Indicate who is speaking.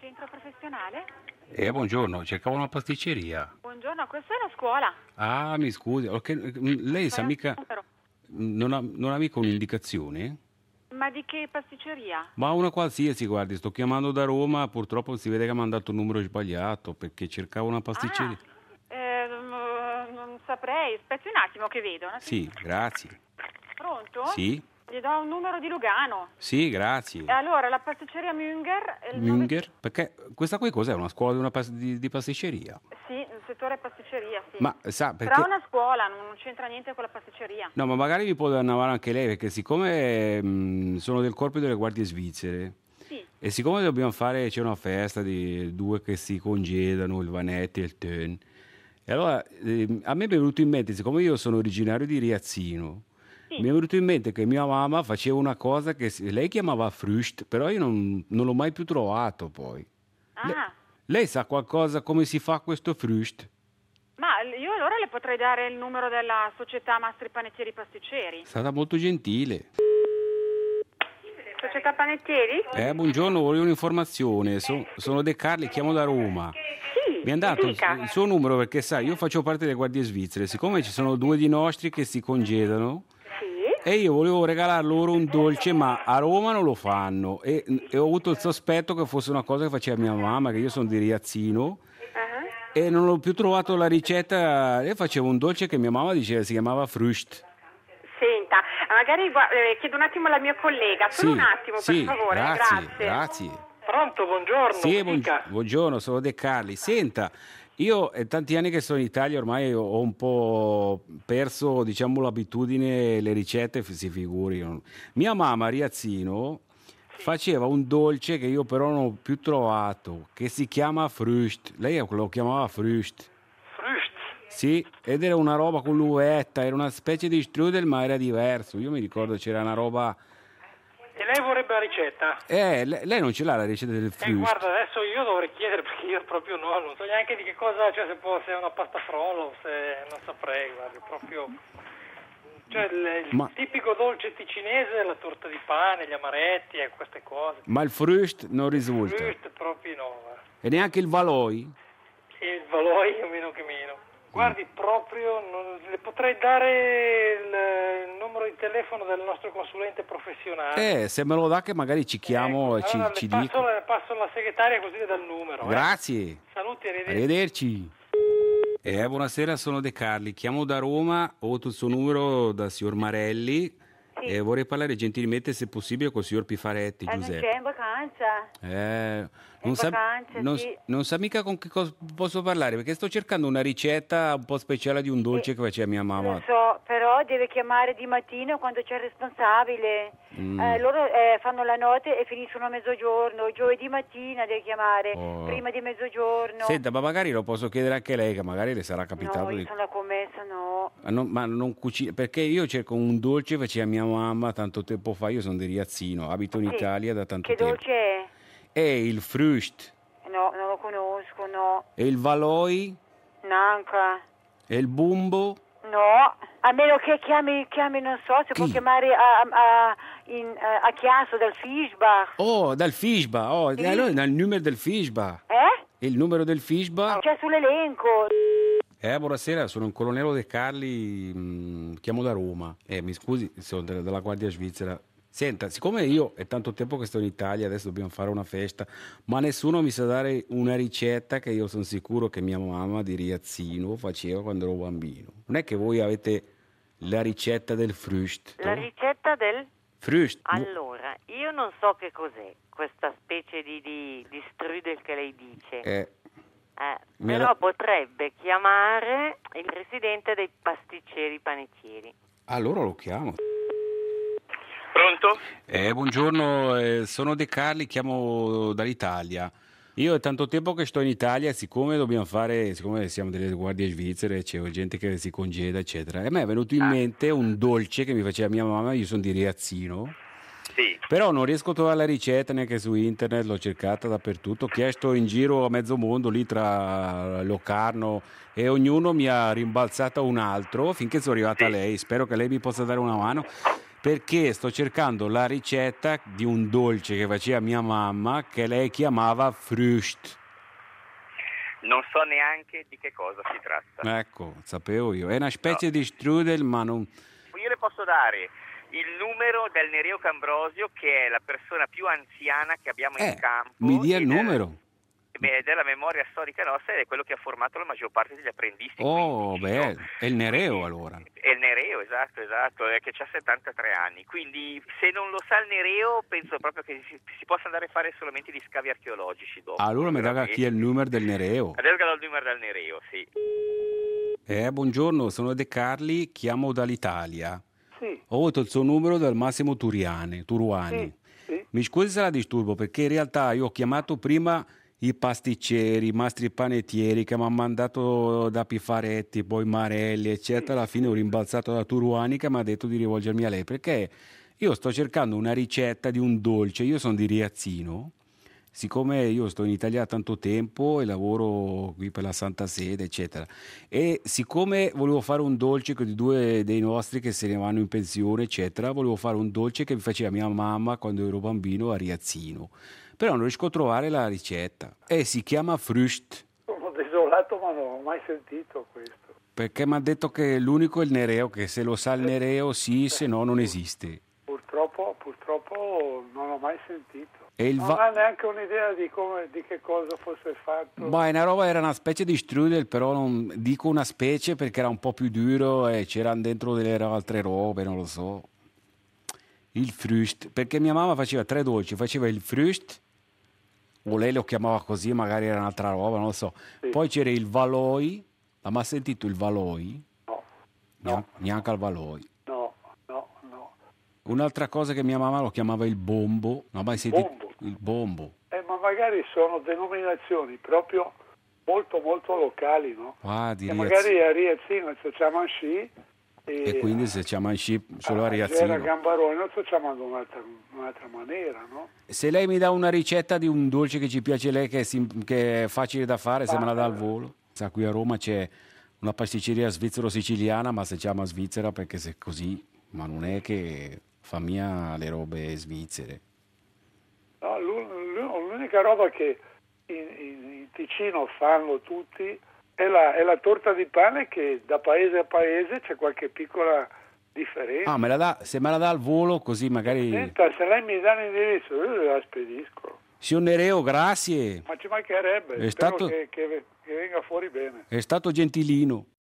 Speaker 1: centro professionale?
Speaker 2: Eh, buongiorno, cercavo una pasticceria.
Speaker 1: Buongiorno, questa è la scuola.
Speaker 2: Ah, mi scusi, ok, mm, lei sa
Speaker 1: Sono
Speaker 2: mica...
Speaker 1: al numero.
Speaker 2: Non ha, non ha mica un'indicazione?
Speaker 1: Ma di che pasticceria?
Speaker 2: Ma una qualsiasi, guardi, sto chiamando da Roma, purtroppo si vede che mi hanno dato un numero sbagliato perché cercavo una pasticceria.
Speaker 1: Eh, mm, non saprei, aspetti un attimo che vedo. un attimo.
Speaker 2: Sì, grazie.
Speaker 1: Pronto?
Speaker 2: Sì,
Speaker 1: Gli do un numero di Lugano.
Speaker 2: sì, grazie.
Speaker 1: E allora, la pasticceria Münger... è Eh, il nove-
Speaker 2: Münger? Perché questa qui cos'è? Una scuola di, una pas- di- di pasticceria?
Speaker 1: Sì, il settore pasticceria, sì.
Speaker 2: Ma sa
Speaker 1: Tra
Speaker 2: perché...
Speaker 1: una scuola, non non c'entra niente con la pasticceria.
Speaker 2: No, ma magari mi può annavare anche lei perché siccome mh, sono del corpo delle guardie svizzere
Speaker 1: Sì.
Speaker 2: e siccome dobbiamo fare, c'è una festa di due che si congedano, il Vanetti e il Tön, e allora ehm, a me è venuto in mente, siccome io sono originario di Riazzino,
Speaker 1: Sì.
Speaker 2: mi è venuto in mente che mia mamma faceva una cosa che si- lei chiamava Frücht, però io non, non l'ho mai più trovato poi.
Speaker 1: Ah,
Speaker 2: Lei sa qualcosa come si fa questo Frücht?
Speaker 1: ma io allora le potrei dare il numero della società Mastri Panettieri Pasticceri.
Speaker 2: È stata molto gentile.
Speaker 1: Società Panettieri?
Speaker 2: Eh, buongiorno, volevo un'informazione. So- sono De Carli, chiamo da Roma.
Speaker 1: Sì, Eh.
Speaker 2: Mi ha dato il
Speaker 1: dica.
Speaker 2: il suo numero perché, sai, io faccio parte delle guardie svizzere. Siccome ci
Speaker 1: Ah,
Speaker 2: sono due di nostri che si congedano
Speaker 1: Sì.
Speaker 2: e io volevo regalar loro un dolce, ma a Roma non lo fanno. E, e ho avuto il sospetto che fosse una cosa che faceva mia mamma, che io sono di Riazzino.
Speaker 3: Uh-huh.
Speaker 1: Ah,
Speaker 2: E non ho più trovato la ricetta. Lei faceva un dolce che mia mamma diceva si chiamava Frücht.
Speaker 3: Senta, magari gua- eh, chiedo un attimo alla mia collega, solo un attimo per
Speaker 2: sì,
Speaker 3: favore,
Speaker 2: grazie.
Speaker 3: grazie.
Speaker 2: grazie.
Speaker 4: Pronto, buongiorno.
Speaker 2: Sì,
Speaker 4: mi
Speaker 2: buong-
Speaker 4: dica.
Speaker 2: buongiorno, sono De Carli. Senta, io è tanti anni che sono in Italia, ormai ho- ho un po' perso, diciamo, l'abitudine, le ricette, f- si figuri. non- Mia mamma, a Riazzino, faceva un dolce che io però non ho più trovato, che si chiama Frücht. Lei lo chiamava Frücht.
Speaker 4: Frücht.
Speaker 2: Sì, ed era una roba con l'uvetta, era una specie di strudel, ma era diverso. Io mi ricordo c'era una roba...
Speaker 4: E lei vorrebbe la ricetta?
Speaker 2: Eh, le- lei non ce l'ha la ricetta del
Speaker 4: Eh,
Speaker 2: Frücht?
Speaker 4: guarda, adesso io dovrei chiedere perché io proprio no, non so neanche di che cosa, cioè se, può, se è una pasta frolla o se non saprei, guarda, proprio... Cioè il, il
Speaker 2: Ma-
Speaker 4: tipico dolce ticinese, la torta di pane, gli amaretti e queste cose.
Speaker 2: Ma il Frücht non risulta.
Speaker 4: Frücht proprio no, guarda.
Speaker 2: E neanche il Valoi?
Speaker 4: E il valore meno che meno. Guardi, proprio non- le potrei dare il, il numero di telefono del nostro consulente professionale.
Speaker 2: Eh, se me lo dà che magari ci chiamo e
Speaker 4: Ecco,
Speaker 2: ci,
Speaker 4: allora
Speaker 2: ci
Speaker 4: le passo,
Speaker 2: dico.
Speaker 4: le passo alla segretaria così le dà il numero. eh.
Speaker 2: Grazie,
Speaker 4: Saluti, arrivederci.
Speaker 2: arrivederci. Eh, buonasera, sono De Carli, chiamo da Roma, ho avuto il suo numero da signor Marelli e vorrei parlare gentilmente, se possibile, col signor Pifaretti,
Speaker 1: eh, non c'è
Speaker 2: Giuseppe.
Speaker 1: in vacanza.
Speaker 2: Eh,
Speaker 1: in
Speaker 2: non, sa,
Speaker 1: vacanza,
Speaker 2: non-
Speaker 1: sì.
Speaker 2: non sa mica con che cosa posso parlare, perché sto cercando una ricetta un po' speciale di un dolce che faceva mia mamma.
Speaker 5: Lo so, però deve chiamare di mattina quando c'è il responsabile.
Speaker 2: Mm.
Speaker 5: Eh, loro eh, fanno la notte e finiscono a mezzogiorno. Giovedì mattina deve chiamare,
Speaker 2: Oh.
Speaker 5: prima di mezzogiorno.
Speaker 2: Senta, ma magari lo posso chiedere anche a lei, che magari le sarà capitato
Speaker 5: no, io
Speaker 2: di...
Speaker 5: sono la commessa, no.
Speaker 2: Ma non, ma non cucina perché io cerco un dolce che faceva mia mamma tanto tempo fa. Io sono di Riazzino, abito in
Speaker 5: Sì.
Speaker 2: Italia da tanto
Speaker 5: Che
Speaker 2: tempo.
Speaker 5: dolce è?
Speaker 2: E il Frücht,
Speaker 5: No, non lo conosco, no.
Speaker 2: e il Valoi,
Speaker 5: Nanca.
Speaker 2: e il Bumbo.
Speaker 5: No, a meno che chiami, chiami non so, se può
Speaker 2: Chi?
Speaker 5: chiamare a, a, a- in- a- a Chiasso dal Fischbach.
Speaker 2: Oh, dal Fishba, oh,
Speaker 5: Sì.
Speaker 2: allora dal numero del Fishba.
Speaker 5: Eh?
Speaker 2: Il numero del Fishba?
Speaker 5: C'è sull'elenco.
Speaker 2: Eh, buonasera, sono il colonnello De Carli, mm, chiamo da Roma. Eh, mi scusi, sono della, della Guardia Svizzera. Senta, siccome io è tanto tempo che sto in Italia, adesso dobbiamo fare una festa, ma nessuno mi sa dare una ricetta che io sono sicuro che mia mamma di Riazzino faceva quando ero bambino. Non è che voi avete la ricetta del Frücht?
Speaker 6: La
Speaker 2: no?
Speaker 6: ricetta del...
Speaker 2: Frücht?
Speaker 6: Allora, io non so che cos'è questa specie di, di, di strudel che lei dice,
Speaker 2: Eh,
Speaker 6: eh,
Speaker 2: me
Speaker 6: però
Speaker 2: la-
Speaker 6: potrebbe chiamare il presidente dei pasticceri panettieri.
Speaker 2: allora lo chiamo.
Speaker 4: Pronto?
Speaker 2: Eh, buongiorno, eh, sono De Carli, chiamo dall'Italia. Io è tanto tempo che sto in Italia, siccome dobbiamo fare, siccome siamo delle guardie svizzere, c'è gente che si congeda, eccetera. E a me è venuto in mente un dolce che mi faceva mia mamma, io sono di Riazzino,
Speaker 4: Sì.
Speaker 2: però non riesco a trovare la ricetta neanche su internet, l'ho cercata dappertutto, ho chiesto in giro a mezzo mondo, lì tra Locarno, e ognuno mi ha rimbalzata un altro finché sono arrivata a lei. Spero che lei mi possa dare una mano. perché sto cercando la ricetta di un dolce che faceva mia mamma che lei chiamava frücht.
Speaker 7: Non so neanche di che cosa si tratta.
Speaker 2: Ecco, sapevo io. È una specie di strudel, ma non...
Speaker 7: Io le posso dare il numero del Nereo Cambrosio, che è la persona più anziana che abbiamo
Speaker 2: Eh,
Speaker 7: in campo.
Speaker 2: mi dia
Speaker 7: e
Speaker 2: il
Speaker 7: del-
Speaker 2: numero.
Speaker 7: beh, della memoria storica nostra ed è quello che ha formato la maggior parte degli apprendisti.
Speaker 2: Oh,
Speaker 7: quindi,
Speaker 2: beh,
Speaker 7: no?
Speaker 2: è il Nereo allora.
Speaker 7: È il Nereo, esatto, esatto, è che ha 73 anni, quindi se non lo sa il Nereo penso proprio che si, si possa andare a fare solamente gli scavi archeologici dopo.
Speaker 2: Allora mi dà
Speaker 7: veramente.
Speaker 2: chi è il numero del Nereo.
Speaker 7: Adesso che do il numero del Nereo, sì.
Speaker 2: Eh, buongiorno, sono De Carli, chiamo dall'Italia.
Speaker 4: Sì,
Speaker 2: Ho avuto il suo numero dal Massimo Turiani, Turuani.
Speaker 4: sì, sì.
Speaker 2: Mi scusi se la disturbo perché in realtà io ho chiamato prima i pasticceri, i mastri panettieri che mi hanno mandato da Pifaretti, poi Marelli, eccetera. Alla fine ho rimbalzato da Turuani che mi ha detto di rivolgermi a lei perché io sto cercando una ricetta di un dolce. Io sono di Riazzino. Siccome io sto in Italia da tanto tempo e lavoro qui per la Santa Sede, eccetera, e siccome volevo fare un dolce con i due dei nostri che se ne vanno in pensione, eccetera, volevo fare un dolce che mi faceva mia mamma quando ero bambino a Riazzino. Però non riesco a trovare la ricetta. E si chiama Frücht,
Speaker 4: Sono desolato ma non ho mai sentito questo.
Speaker 2: perché mi ha detto che l'unico è il nereo, che se lo sa il nereo sì, se no non esiste.
Speaker 4: Purtroppo, purtroppo non ho mai sentito.
Speaker 2: E il
Speaker 4: non
Speaker 2: va-
Speaker 4: ho neanche un'idea di, come, di che cosa fosse fatto.
Speaker 2: Ma Boh, è una roba era una specie di strudel, però non dico una specie perché era un po' più duro e c'erano dentro delle ro- altre robe, non lo so. Il frust, perché mia mamma faceva tre dolci, faceva il frust, o lei lo chiamava così, magari era un'altra roba, non lo so. Poi c'era il valoi, l'ha mai sentito il valoi?
Speaker 4: No,
Speaker 2: Nean- Neanche al valoi.
Speaker 4: no, no, no.
Speaker 2: Un'altra cosa che mia mamma lo chiamava il bombo, non ha mai sentito
Speaker 4: Bombo?
Speaker 2: il bombo.
Speaker 4: Eh, ma magari sono denominazioni proprio molto molto locali, no?
Speaker 2: Ah, di
Speaker 4: E
Speaker 2: Riaz-
Speaker 4: magari a Riazzino c'è Ciamanci e,
Speaker 2: E quindi se chiama in ship solo a
Speaker 4: Gera
Speaker 2: Riazzino.
Speaker 4: Gambarone c'è chiamando un'altra, un'altra maniera, no?
Speaker 2: Se lei mi dà una ricetta di un dolce che ci piace lei, che è, sim- che è facile da fare, se me la dà al volo. Sa, qui a Roma c'è una pasticceria svizzero-siciliana, ma si chiama Svizzera perché se è così, ma non è che fa mia le robe svizzere.
Speaker 4: No, l'u- l'u- l'unica roba che in, in- in Ticino fanno tutti è la, è la torta di pane che da paese a paese c'è qualche piccola differenza.
Speaker 2: Ah, me la dà, se me la dà al volo, così magari...
Speaker 4: Senta, se lei mi dà l'indirizzo io la spedisco,
Speaker 2: Signor Nereo, grazie,
Speaker 4: ma ci mancherebbe,
Speaker 2: È
Speaker 4: spero
Speaker 2: stato-
Speaker 4: che, che- che venga fuori bene.
Speaker 2: è stato gentilino.